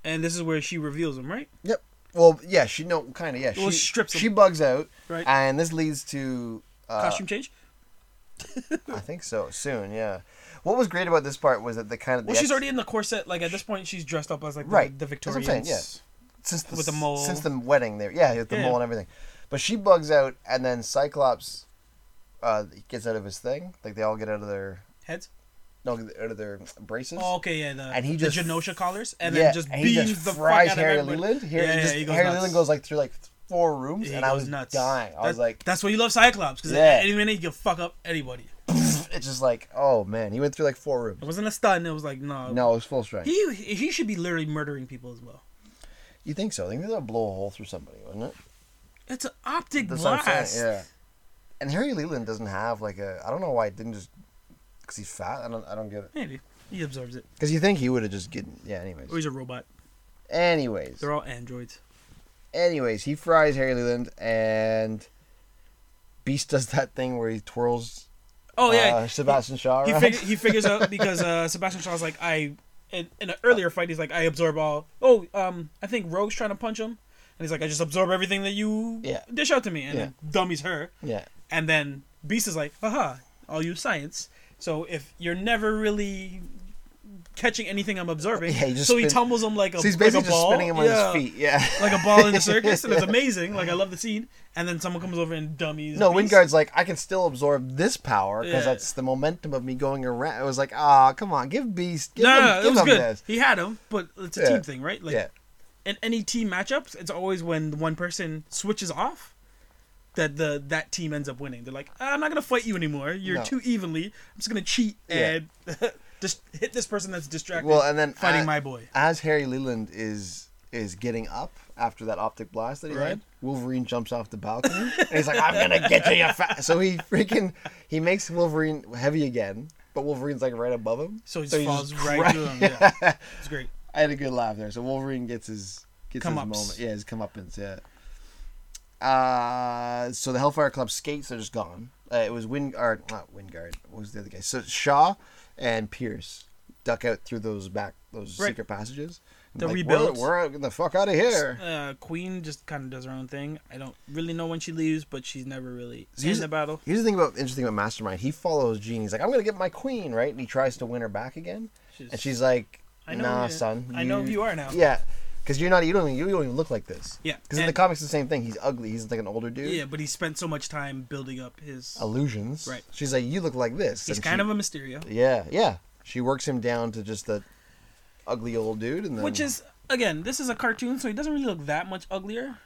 And this is where she reveals him, right? Yep. Well, yeah, she no kind of yeah. Well, she strips She him. bugs out, Right. and this leads to uh, Costume change. I think so soon. Yeah. What was great about this part was that the kind of Well, the she's ex- already in the corset. Like at this point, she's dressed up as like the, Right. the That's what I'm Victorians. saying, since the, with the mole. since the wedding there. Yeah, with the Yeah. mole and everything. But she bugs out, and then Cyclops uh, gets out of his thing. Like they all get out of their Heads. no out of their braces. Oh, okay, yeah. The, And he just- the Genosha collars, and yeah, then just and beams he just the fries fuck out Harry of everybody. Leland. Harry, yeah, yeah, just- he goes Harry nuts. Leland goes like through like four rooms, He and goes I was nuts. dying. I That- was like, that's why you love Cyclops because Yeah. at any minute you can fuck up anybody. it's just like, oh man, he went through like four rooms. It wasn't a stun. It was like no. No, it was full strength. Oh. He he should be literally murdering people as well. You think so? I think they're gonna blow a hole through somebody, wasn't it? It's an optic That's what I'm blast. saying. Yeah. And Harry Leland doesn't have like a. I don't know why it didn't just. Cause he's fat. I don't. I don't get it. Maybe he absorbs it. Cause you think he would have just gotten. Yeah. Anyways. Or he's a robot. Anyways. They're all androids. Anyways, he fries Harry Leland and. Beast does that thing where he twirls. Oh yeah. uh, Sebastian Shaw. he around. fig- he figures out because uh, Sebastian Shaw's like I in, in an earlier fight he's like I absorb all. Oh, um, I think Rogue's trying to punch him, and he's like I just absorb everything that you Yeah. dish out to me, and Yeah. then dummies her, yeah. and then Beast is like, aha, I'll use science. So if you're never really catching anything I'm absorbing, Yeah, he just so he spin- tumbles him like a So he's like a basically just ball. spinning him on Yeah. his feet. Yeah. Like a ball in the circus, and it's amazing. Like I love the scene, and then someone comes over and dummies. No, Beast. Wingard's like, I can still absorb this power because Yeah. that's the momentum of me going around. It was like, ah, come on, give Beast, give No, him, no, no, give it was him good. this. He had him, but it's a Yeah. team thing, right? Like yeah, in any team matchups, it's always when one person switches off that the that team ends up winning. They're like, I'm not gonna fight you anymore. You're No. too evenly. I'm just gonna cheat Yeah. and just hit this person that's distracted. Well, and then fighting I- my boy. as Harry Leland is is getting up after that optic blast that he Right. had, Wolverine jumps off the balcony and he's like, "I'm gonna get you, you fat." So he freaking he makes Wolverine heavy again, but Wolverine's like right above him. So he just he falls just right cra- through him. Yeah. it's great. I had a good laugh there. So Wolverine gets his gets his Come-ups. moment. Yeah, his comeuppance. Yeah. Uh, so the Hellfire Club skates are just gone. Uh, it was Win or not Wingard. What was the other guy? So Shaw and Pierce duck out throrough those back those Right. secret passages. The Like, rebuilds. We're, we're getting the fuck out of here. Uh, Queen just kind of does her own thing. I don't really know when she leaves, but she's never really in the battle. Here's the thing about interesting about Mastermind. He follows Jean. He's like, I'm gonna get my queen, right? And he tries to win her back again. She's- and she's like, I know Nah, who you- son. I know who you are now. Yeah, because you're not. You don't. Even, you don't even look like this. Yeah, Because in the and- comics, it's the same thing. He's ugly. He's like an older dude. Yeah, but he spent so much time building up his. Illusions. Right. She's like, you look like this. He's and kind she- of a Mysterio. Yeah, yeah. She works him down to just the ugly old dude, and then Which is again, this is a cartoon, so he doesn't really look that much uglier.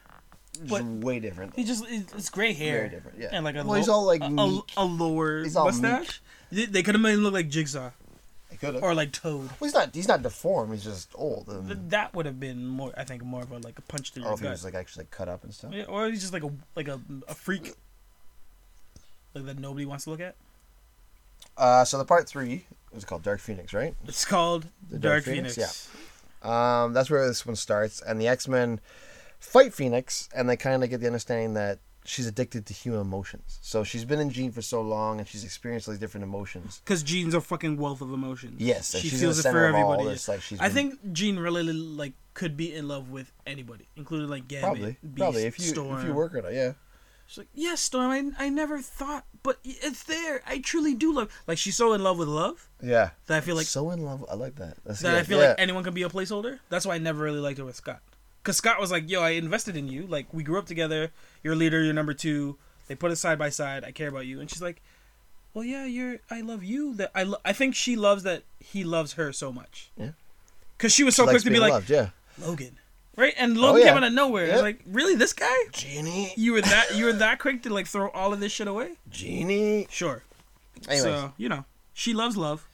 just what- way different. He just it's it's gray hair, Very different, yeah. and like a Well, he's lo- all, like, a, a, meek. a lower He's all meek. mustache. They, could have made him look like Jigsaw He could have. or like Toad. Well, he's not. He's not deformed. He's just old. And, Th- that would have been more, I think, more of a like a punch through I don't know your Oh, if he was gut. like actually cut up and stuff. Yeah, or he's just like a like a, a freak, like that nobody wants to look at. Uh, so the part three it was called Dark Phoenix, right? It's called The Dark Dark, Phoenix, Phoenix. Um, that's where this one starts, and the X Men fight Phoenix, and they kind of get the understanding that she's addicted to human emotions. So she's been in Jean for so long, and she's experienced all these different emotions. Because Jean's a fucking wealth of emotions. Yes, and she she's in feels the it center for of all everybody. this, like, she's I been- think Jean really like could be in love with anybody, including like Gambit, Probably, Beast, probably if you Storm. if you work it out, yeah. She's like, yes, Storm. I, I never thought, but it's there. I truly do love. Like she's so in love with love Yeah. that I feel like so in love. I like that. That's that good. I feel yeah. like anyone can be a placeholder. That's why I never really liked her with Scott. Cause Scott was like, "Yo, I invested in you. Like we grew up together. You're a leader. You're number two. They put us side by side. I care about you." And she's like, "Well, yeah, you're. I love you. That I. Lo- I think she loves that he loves her so much. Yeah. Cause she was She so quick likes to be being like loved, yeah. Logan, right? And Logan yeah. came out of nowhere. It's Yep. Like, really, this guy? Genie, You were that. You were that quick to like throw all of this shit away? genie. Sure. Anyways, So you know, she loves love,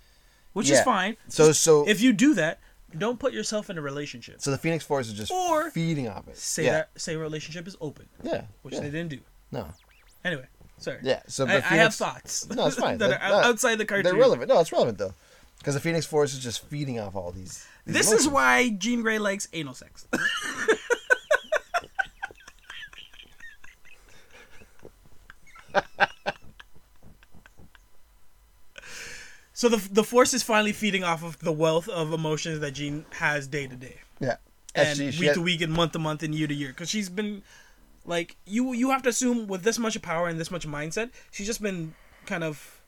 which Yeah. is fine. so so If you do that, don't put yourself in a relationship. so the Phoenix Force is just Or feeding off it. say yeah. that say relationship is open, Yeah. which yeah. they didn't do. No. Anyway, sorry. Yeah. So I, but I have Phoenix- thoughts. No, it's fine. that That- are that- outside the cartoon. They're relevant. No, it's relevant though, because the Phoenix Force is just feeding off all these. these This is emotions. why Jean Grey likes anal sex. so the the force is finally feeding off of the wealth of emotions that Jean has day to day. Yeah. and Actually, she week had- to week and month to month and year to year because she's been like you you have to assume with this much power and this much mindset she's just been kind of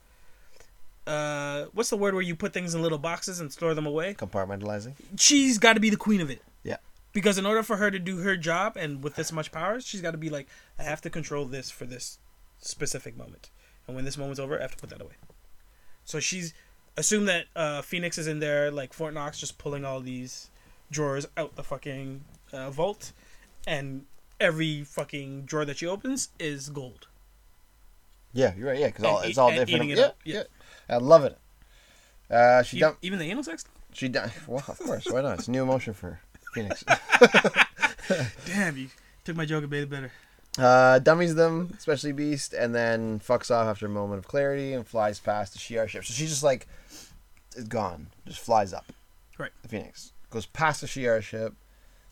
uh what's the word where you put things in little boxes and store them away compartmentalizing. she's got to be the queen of it Yeah. because in order for her to do her job and with this much power she's got to be like i have to control this for this specific moment and when this moment's over i have to put that away so she's assume that uh, phoenix is in there like fort knox just pulling all these drawers out the fucking uh, vault and every fucking drawer that she opens is gold Yeah, you're right. Yeah, because all And it's eat- all and different. eating it yeah, up, yeah. yeah, I love it. Uh, she E- dumped. even the anal sex She dumped. Well, of course. Why not? It's a new emotion for Phoenix. damn you took my joke and made it better Uh, dummies them, especially Beast, and then fucks off after a moment of clarity and flies past the Shi'ar ship. So she's just like, it's gone. Just flies up. Right. The Phoenix goes past the Shi'ar ship,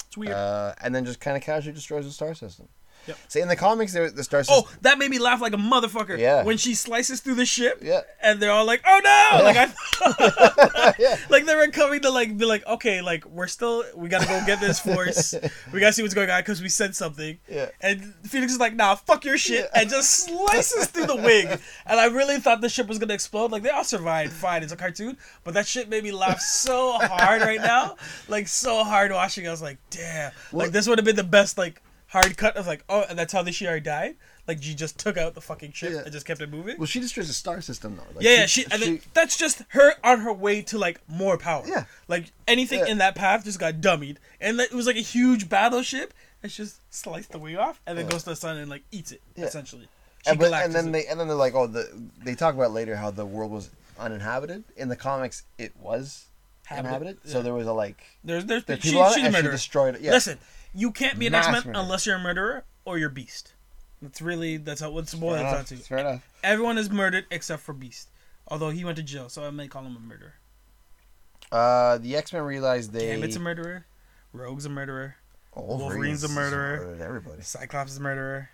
it's weird uh, and then just kind of casually destroys the star system. Yep. See, in the comics, there the star system. Oh, that made me laugh like a motherfucker. Yeah. When she slices through the ship. Yeah. And they're all like, "Oh no!" Like I, ah! yeah. like they were coming to like be like, "Okay, like we're still, we gotta go get this force. we gotta see what's going on because we said something." Yeah. And Phoenix is like, "Nah, fuck your shit," and just slices through the wing. And I really thought the ship was gonna explode. Like they all survived, fine. It's a cartoon, but that shit made me laugh so hard right now, like so hard watching. I was like, "Damn!" Like this would have been the best like hard cut of like, "Oh, and that's how the Shi'ar died." Like she just took out the fucking ship Yeah. and just kept it moving. Well, she destroys the star system though. Like, Yeah, yeah, she, and then she- that's just her on her way to like more power. Yeah. Like anything Yeah. in that path just got dummied. And that- it was like a huge battleship. It's just sliced the wing off and then goes to the sun and like eats it, Yeah. essentially. She and, but, and galactus then it. they and then they're like, oh, the they talk about later how the world was uninhabited. In the comics, it was Habit- inhabited, yeah. so there was a like there's there's the she, people on it she's a and she murderer. destroyed it. Yeah. Listen, you can't be an Mass X Men murderer. unless you're a murderer or you're Beast. That's really that's how what's boiled fair down enough. to. Fair enough. Everyone is murdered except for Beast. Although he went to jail, so I may call him a murderer. Uh, the X Men realized they Gambit's a murderer. Rogue's a murderer. Oh, Wolverine's a just murderer. murdered Everybody. Cyclops is a murderer.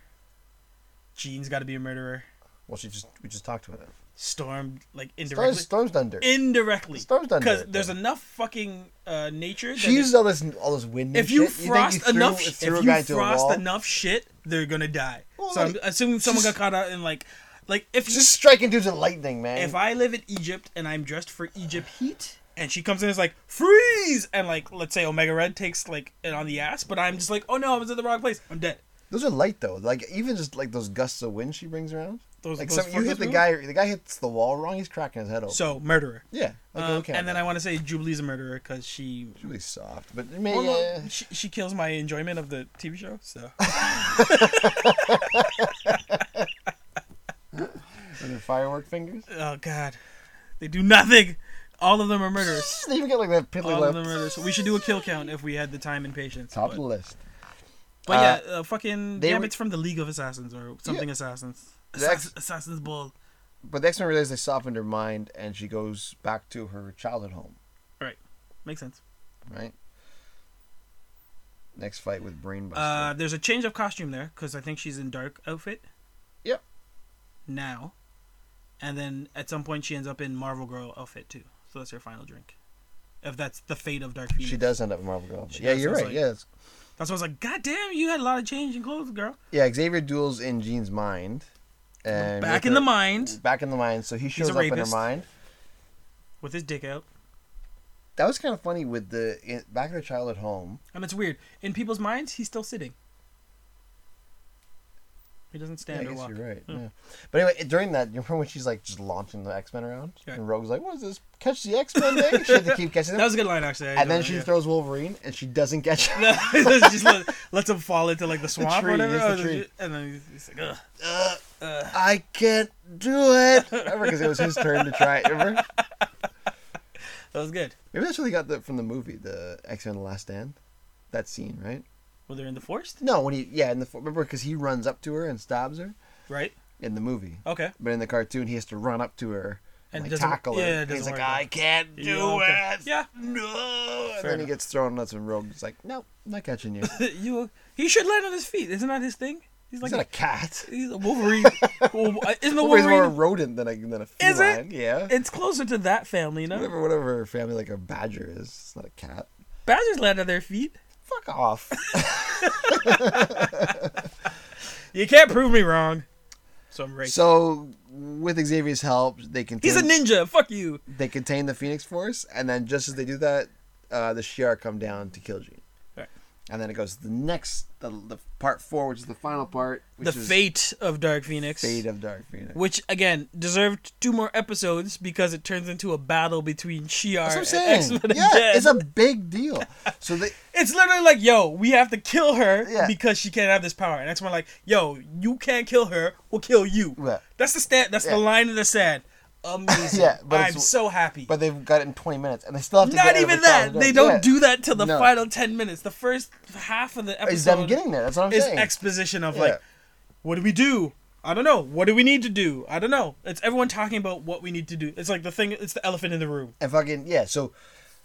Jean's got to be a murderer. Well, she just we just talked about it. Storm, like indirectly, Storm's, Storm's done dirt. indirectly, Storm's done because dirt, there's though. enough fucking uh, nature. That she if- used all this all this wind. and if you shit. frost think you threw- enough, threw, sh- a if guy you to a frost wall? enough shit, they're gonna die. Well, so I'm like, assuming someone just- got caught out in like, like if just striking dudes with lightning, man. if I live in Egypt and I'm dressed for Egypt heat, and she comes in and is like freeze, and like let's say Omega Red takes like it on the ass, but I'm just like oh no, I was in the wrong place, I'm dead. Those are light though. Like even just like those gusts of wind she brings around. Those- like those some, you fuckers hit the move? guy. The guy hits the wall wrong. He's cracking his head open. So murderer. yeah, like, Um, okay. and then I want to say Jubilee's a murderer because she It's really soft, but I mean, Well, no, yeah. she, she kills my enjoyment of the TV show. So and then firework fingers. oh god, they do nothing. All of them are murderers. They even got like that piddly All of them are left. murderers. We should do a kill count if we had the time and patience. Top of but, the list. but Uh, yeah, uh, fucking they damn, re- it's from the League of Assassins or something assassins. The ex- Assass- Assassin's Ball. But the X Men realize they softened her mind, and she goes back to her childhood home. Makes sense. Right. Next fight with Brainbuster. Uh, there's a change of costume there because I think she's in dark outfit. Yep. Now, and then at some point she ends up in Marvel Girl outfit too. So that's her final drink. If that's the fate of Dark Phoenix. she does end up in Marvel Girl. She Yeah, does, you're so it's right. like- yeah, it's That's why I was like, God damn, you had a lot of change in clothes, girl. Yeah, Xavier duels in Jean's mind. And Back with in her- the mind Back in the mind. So he shows a up in her rapist. mind. with his dick out, That was kind of funny with the in, back of the child at home. and it's weird. In people's minds, he's still sitting. He doesn't Yeah, stand I or guess walk. you're right. Yeah. Yeah. But anyway, it- during that, you remember when she's like just launching the X Men around, Yeah. and Rogue's like, "What is this? Catch the X Men thing?" she had to keep catching them, That was a good line, actually. I and then don't she know, yeah. throws Wolverine, and she doesn't catch him. just let, lets him fall into like the swamp tree, or whatever, it's the or tree. and then he's- he's like, Ugh. Uh, I can't do it. Remember, because it was his turn to try. it, Remember? "That was good." Maybe that's where they got that from the movie, the X Men: The Last Stand. That scene, right? Well, they're in the forest, No, when he yeah, in the remember because he runs up to her and stabs her right? in the movie, Okay, but in the cartoon he has to run up to her Oh. And and, it like, doesn't- tackle her. yeah, it And he's doesn't like, work out. I can't do Yeah, okay. it. Yeah. no. and Fair then he enough. gets thrown nuts and Rogue's like, nope, not catching you. He's you he should land on his feet. Isn't that his thing? He's like not a a, cat. he's a Wolverine. Well, Isn't the Wolverine's Wolverine? more a rodent than a than a feline. Is it? Yeah. It's closer to that family, you know. Whatever, whatever her family like a badger is. It's not a cat. Badgers land on their feet. Fuck off. You can't prove me wrong. So I'm right. so uh, with Xavier's help, they contain he's a ninja. Fuck you. they contain the Phoenix Force, and then just as they do that, uh, the Shi'ar come down to kill Jean. Right. And then it goes to the next, the, the part four, which is the final part, which the is fate of Dark Phoenix. Fate of Dark Phoenix. which again deserved two more episodes because it turns into a battle between That's Shi'ar what I'm and saying. X-Men and Yeah, Dead. it's a big deal. So they, It's literally like, yo, we have to kill her Yeah. because she can't have this power. And that's when like, yo, you can't kill her, we'll kill you. Right. That's the stand that's Yeah. the line in the sand. Amazing. Yeah, but I'm it's- so happy. but they've got it in 20 minutes, and they still have to. not get even that. They don't do that till the No. final ten minutes. The first half of the episode Is them getting there? That's what I'm is saying. exposition of Yeah. like, what do we do? I don't know. What do we need to do? I don't know. It's everyone talking about what we need to do. It's like the thing. It's the elephant in the room, and fucking yeah. So,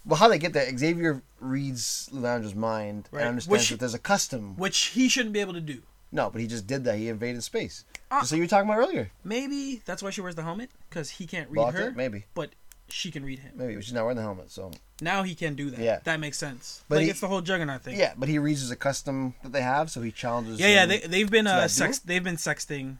well, how they get there? Xavier reads Leandro's mind Right. and understands Which- that there's a custom. which he shouldn't be able to do. No, but he just did that. He invaded space. Ah. Just like you were talking about earlier. Maybe that's why she wears the helmet because he can't read Blocked her. it? Maybe. but she can read him. Maybe but she's not wearing the helmet, so Now he can do that. Yeah. that makes sense. But like he- it's the whole juggernaut thing. Yeah, but he reads as a custom that they have, so he challenges. yeah, yeah. him. They they've been Is that uh a sex. They've been sexting.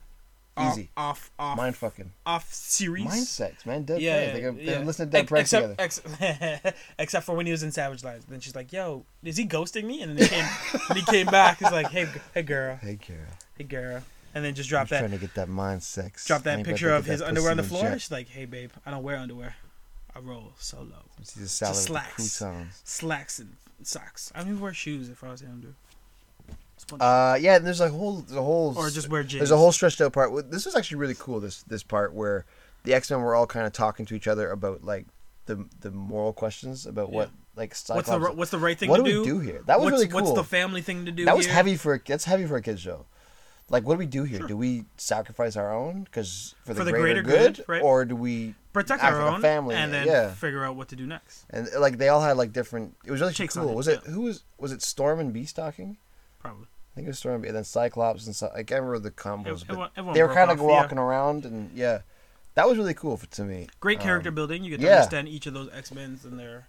Off, Easy. off, off, mind fucking off series. mind sex, man. Dead yeah, yeah, yeah, They can, yeah. they can listen to dead Ex- press except, together. ex- except for when he was in Savage Lives. Then she's like, "Yo, is he ghosting me?" And then he came, and he came back. He's like, "Hey, g- hey, girl, hey, Carol, hey, girl," and then just drop I'm trying that, to get that mind sex. drop I that ain't about picture to of get his that underwear on the pussy floor. in She's like, "Hey, babe, I don't wear underwear. I roll solo, check. She's a salad with slacks. croutons. slacks and socks. I don't even wear shoes if I was him, dude. It's one- Uh, yeah. and There's a whole, there's a whole, or just wear jeans. there's a whole stretched out part. Well, This was actually really cool. This this part where the X Men were all kind of talking to each other about like the the moral questions about what like what's Cyclops. the ri- what's the right thing what to do do? we do here? That was what's, really cool. What's the family thing to do? that was here? heavy for a, that's heavy for a kids show. Like, what do we do here? Do we sacrifice our own because for, the greater, good, right. or do we Protect act our like a own family? and then yeah, figure out what to do next. and like they all had like different. It was really Takes on cool. it, Was it yeah. who was was it Storm and Beastocking? Probably. I think it was Storm and Bee- and then Cyclops and so, like I remember the combos. Ev- but everyone- everyone they were broke kind of off, walking around and yeah, that was really cool for, to me. Great Um, character building. You get to yeah. understand each of those X Men's and their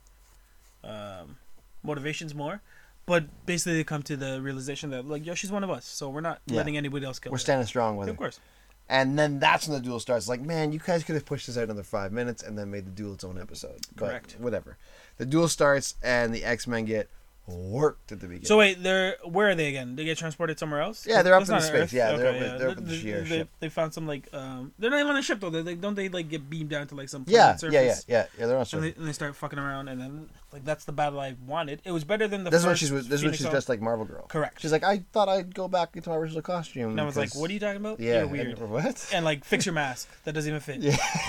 um, motivations more. But basically, they come to the realization that like, yo, she's one of us, so we're not Yeah. letting anybody else kill We're her. standing strong with of it. course. And then that's when the duel starts. Like, man, you guys could have pushed this out another five minutes and then made the duel its own episode. But Correct. Whatever. The duel starts and the X Men get worked at the beginning. So wait, they're where are they again? They get transported somewhere else? Yeah, they're up That's in not space. Earth. Yeah, they're up in- they're up in They- the sheer they, ship. They found some like um, they're not even on a ship though. They, they don't they like get beamed down to like some yeah, yeah, planet surface? yeah, yeah, yeah. They're on And surface. they, and they start fucking around, and then like that's the battle I wanted. It was better than the. This is when first she's this is when Phoenix she's Al- dressed like Marvel Girl. Correct. She's like, I thought I'd go back into my original costume. And I was like, "What are you talking about? Yeah. You're weird." and- what? and like fix your mask that doesn't even fit.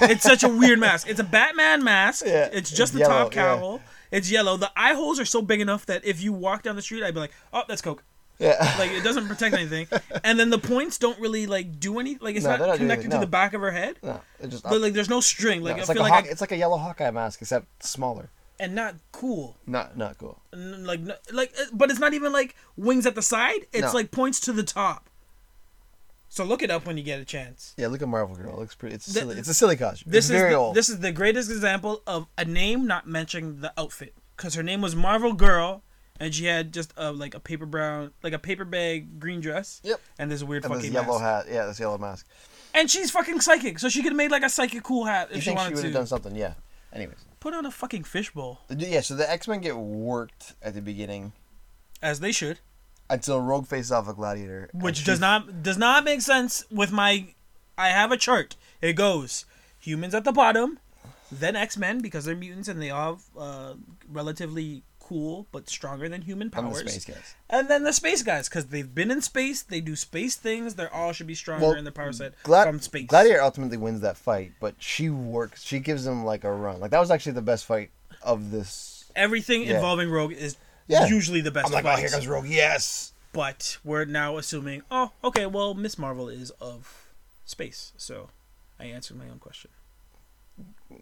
It's such a weird mask. It's a Batman mask. Yeah. It's just the Yellow, top cowl. It's yellow. The eye holes are so big enough that if you walk down the street, I'd be like, "Oh, that's coke." Yeah. Like it doesn't protect anything. And then the points don't really like do anything. Like it's No, they're not not doing connected anything, to no. the back of her head. no, it just. But, like there's no string. Like no, I it's feel like, like, a hawk, I- it's like a yellow Hawkeye mask except smaller. and not cool. Not not cool. N- Like n- like uh, but it's not even like wings at the side. It's No. like points to the top. So look it up when you get a chance. Yeah, look at Marvel Girl. It looks pretty. It's Th- silly. It's a silly costume. This it's is very the, old. this is the greatest example of a name not mentioning the outfit because her name was Marvel Girl and she had just uh, like a paper brown, like a paper bag green dress. Yep. And this weird And this fucking yellow mask. hat. Yeah, this yellow mask. And she's fucking psychic, so she could have made like a psychic cool hat if You she think she wanted would to. have done something? Yeah. Anyways. Put on a fucking fishbowl, Yeah, so the X Men get worked at the beginning as they should, until Rogue faces off a gladiator, and which she- does not does not make sense with my. I have a chart. It goes humans at the bottom, then X Men because they're mutants and they all have uh, relatively cool but stronger than human I'm the powers. space guys. And then the space guys, because they've been in space, they do space things. They all should be stronger Well, in their power set Glad- from space. Gladiator ultimately wins that fight, but she works. She gives him like a run. Like that was actually the best fight of this. Everything Yeah. involving Rogue is Yeah. usually the best. I'm like, oh, fights. here comes Rogue. Yes. But we're now assuming, oh, okay, well, Miss Marvel is of space, so I answered my own question.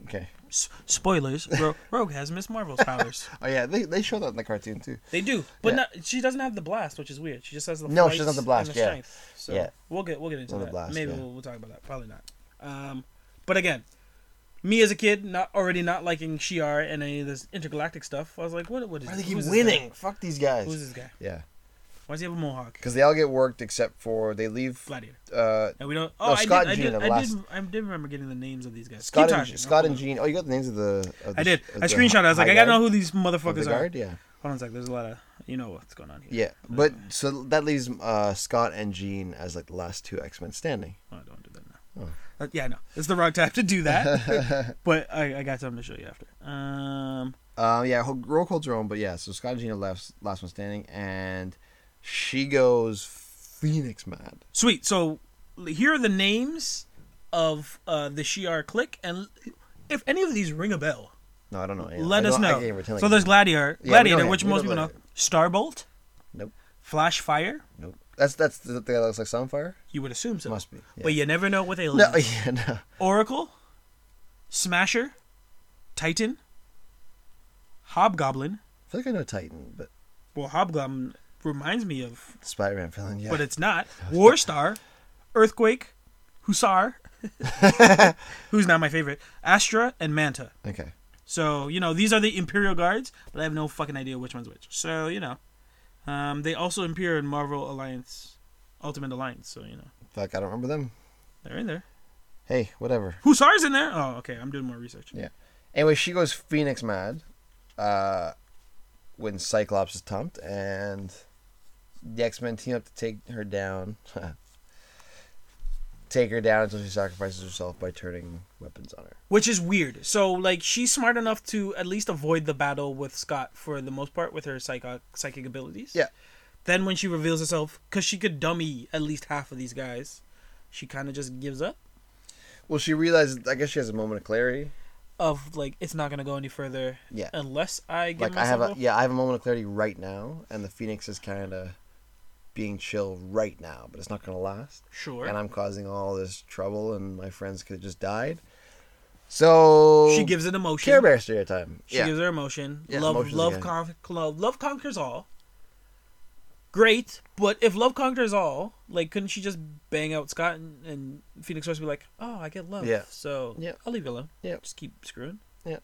Okay. S- spoilers: Ro- Rogue has Miss Marvel's powers. Oh yeah, they they show that in the cartoon too. They do, but Yeah. not, she doesn't have the blast, which is weird. She just has the No, flights she doesn't have the and blast, yeah. strength. So Yeah. we'll get we'll get into Not the that. blast, Maybe yeah. we'll, we'll talk about that. Probably not. Um, but again, me as a kid, not already not liking Shi'ar and any of this intergalactic stuff. I was like, what? What is? Why do they who is keep this guy? winning? Fuck these guys. Who's this guy? Yeah, Why does he have a mohawk? because they all get worked except for they leave. Gladiator. Uh, And we don't. No, Oh, I, Scott and did, I, did, Gina, I, last- did, I did remember getting the names of these guys. Scott Keep and talking. Scott and Hold on. Jean. Oh, you got the names of the. Of the I did. of I the screenshot. I was like, high I gotta guard- know who these of the motherfuckers are. guard. Yeah. Hold on a sec. There's a lot of you know what's going on here. Yeah, but so that leaves uh, Scott and Jean as like the last two X Men standing. Oh, don't do that now. Uh, yeah, no, it's the wrong time to do that. but I, I got something to show you after. Um, Um, yeah, Ho- Rogue holds her own, but yeah, so Scott and Jean are left last one standing, and she goes Phoenix mad. sweet. So l- here are the names of uh, the Shi'ar clique, and l- if any of these ring a bell, No, I don't know. yeah, let I us don't- I know. can't even pretend So like- there's Gladiator, we Gladiator, don't which have- we most don't people know. have- Starbolt, Nope, Flash Fire. nope. That's that's the thing that looks like Sunfire. You would assume so, Must be, yeah. but you never know with aliens. No, yeah, no. Oracle, Smasher, Titan, Hobgoblin. I feel like I know Titan, but Well, Hobgoblin reminds me of Spider Man villain. Yeah, but it's not. Warstar, Earthquake, Hussar, who's not my favorite, Astra, and Manta. okay. So, you know, these are the Imperial Guards, but I have no fucking idea which one's which. So, you know. Um, they also appear in Marvel Alliance, Ultimate Alliance, so, you know, Fuck, I don't remember them. they're in there. Hey, whatever. Hussar's in there? Oh, okay, I'm doing more research. Yeah. Anyway, she goes Phoenix mad uh, when Cyclops is tumped, and the X Men team up to take her down. take her down until she sacrifices herself by turning weapons on her. Which is weird. So, like, she's smart enough to at least avoid the battle with Scott for the most part with her psycho- psychic abilities. Yeah. Then when she reveals herself, because she could dummy at least half of these guys, she kind of just gives up. Well, she realizes, I guess she has a moment of clarity. Of like, it's not gonna go any further. Yeah. Unless I Oh, give Like, I myself. have a, up. yeah, I have a moment of clarity right now, and the Phoenix is kind of being chill right now, but it's not going to last. Sure. And I'm causing all this trouble, and my friends could have just died. So. she gives it emotion. Care Bear stereotype. She yeah. gives her emotion. Yeah, love, emotion's love, again. con- love, love conquers all. Great, but if love conquers all, like, couldn't she just bang out Scott and, and Phoenix West? Be like, oh, I get love. Yeah. So Yeah. I'll leave you alone. Yeah. Just keep screwing. Yeah.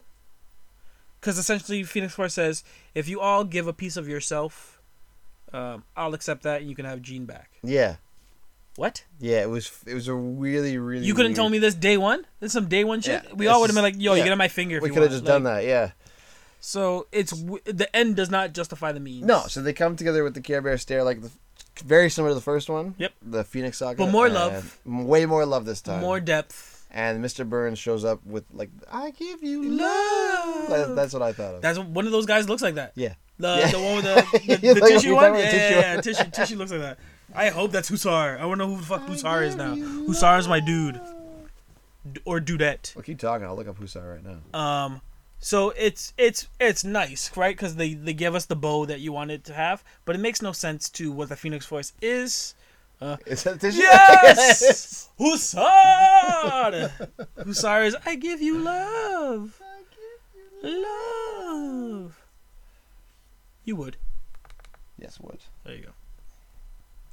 Because essentially, Phoenix Force says, if you all give a piece of yourself, um, I'll accept that, and you can have Jean back. Yeah. What? Yeah, it was it was a really really. You couldn't weird- tell me this day one? This is some day one shit. Yeah, we all it's would have been like, just- yo, you yeah. get on my finger. If We you could have want. just Like, done that. Yeah. So it's w- the end does not justify the means. No, so they come together with the Care Bear stare, like the, very similar to the first one. Yep. The Phoenix Saga, But more and love. way more love this time. more depth. And Mr. Burns shows up with like, "I give you love." Love. That- that's what I thought of. That's one of those guys looks like that. yeah. The, Yeah. the one with the, the, You're the like, tissue you're one. talking Yeah, about yeah, tissue yeah, tissue tissue looks like that. I hope that's Hussar. I want to know who the fuck Hussar is now. Hussar is my dude, D- or dudette. Well, keep talking. I'll look up Hussar right now. Um, so it's it's it's nice, right? Because they they give us the bow that you wanted to have, but it makes no sense to what the Phoenix Force is. Is that tissue? Yes, Hussar. Hussar is I give you love, love. You would. yes, would. There you go.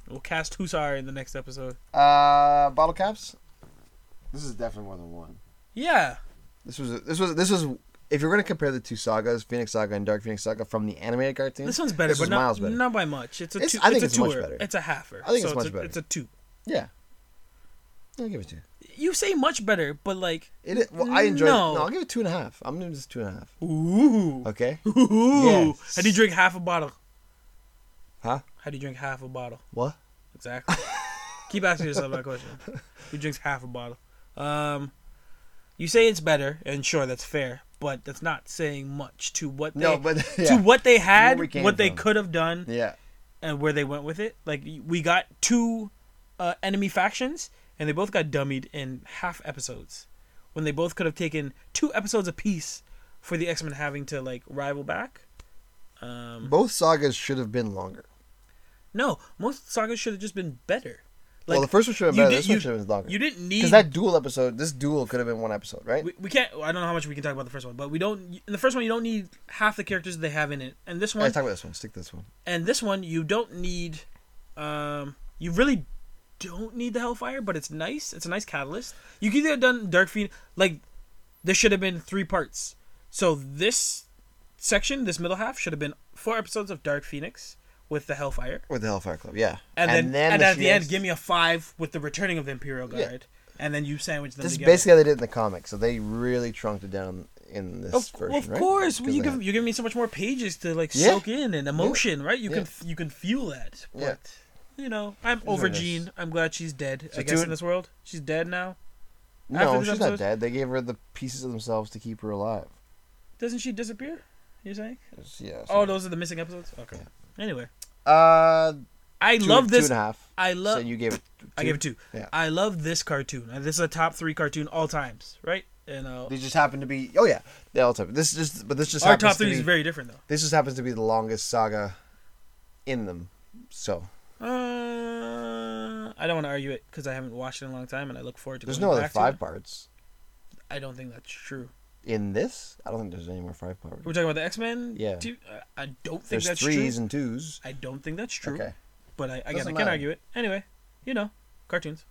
We'll cast Hussar in the next episode. Uh, bottle caps. This is definitely more than one. Yeah, This was a, this was this was if you're gonna compare the two sagas, Phoenix Saga and Dark Phoenix Saga, from the animated cartoon, This one's better, this but is not, miles better. not by much. It's a two, It's- it's, I think a it's much twoer. better. It's a halfer. I think it's so much a, better. It's a two. yeah, I'll give it to you. You say much better, but like, It is, well, I enjoyed No. it. No, I'll give it two and a half. I'm gonna just two and a half. ooh, Okay, ooh. Yes. How do you drink half a bottle? huh? How do you drink half a bottle? What? Exactly. Keep asking yourself that question. Who drinks half a bottle? Um, you say it's better, and sure, that's fair, but that's not saying much to what they No, but to yeah, what they had, Where we came what they from. could have done, yeah, and where they went with it. Like y- we got two uh, enemy factions, and they both got dummied in half episodes, when they both could have taken two episodes apiece for the X Men having to like rival back. Um, both sagas should have been longer. no, most sagas should have just been better. well, the first one should have you been. better, did- This you- one should have been longer. You didn't need Because that dual episode, this duel could have been one episode, right? we, we can't. I don't know how much we can talk about the first one, but we don't. In the first one, you don't need half the characters they have in it, and this Let's one, talk about this one. Stick to this one. and this one, you don't need. Um, you really don't need the Hellfire, but it's nice. It's a nice catalyst. You could have done Dark Fiend. Like there should have been three parts. So this section, this middle half, should have been four episodes of Dark Phoenix with the Hellfire, With the Hellfire Club, yeah. and, then, and at the end, shields. give me a five with the returning of the Imperial Guard, Yeah. and then you sandwich them This is together. basically how they did it in the comic, so they really trunked it down in this Of, version, of right? course, Because you they give had- you give me so much more pages to like Yeah. soak in and emotion, right? You Yeah. can f- you can feel that. But, Yeah. You know, I'm over what it is. Jean. I'm glad she's dead. So I guess do in it- this world, she's dead now. after no, this she's not episode- dead. They gave her the pieces of themselves to keep her alive. Doesn't she disappear? You're saying? It's- Yeah. Oh, those are the missing episodes. Okay. Anyway, no. Uh, I two- Oh, love this. Two and a half. I love. so you gave it. Two? I gave it two. Yeah. I love this cartoon. Uh, This is a top three cartoon all times, right? And uh, They just happened to be. Oh yeah, they all time. This is just, but this just our happens top to three be. is very different though. This just happens to be the longest saga, in them. So Uh, I don't want to argue it because I haven't watched it in a long time, and I look forward to. there's going no other back to it. five parts I don't think that's true. in this. I don't think there's any more five parts. We're talking about the X Men. Yeah. I don't think There's that's threes true. and twos. I don't think that's true. Okay. But I, again, I Doesn't can't matter. argue it. Anyway, you know, cartoons.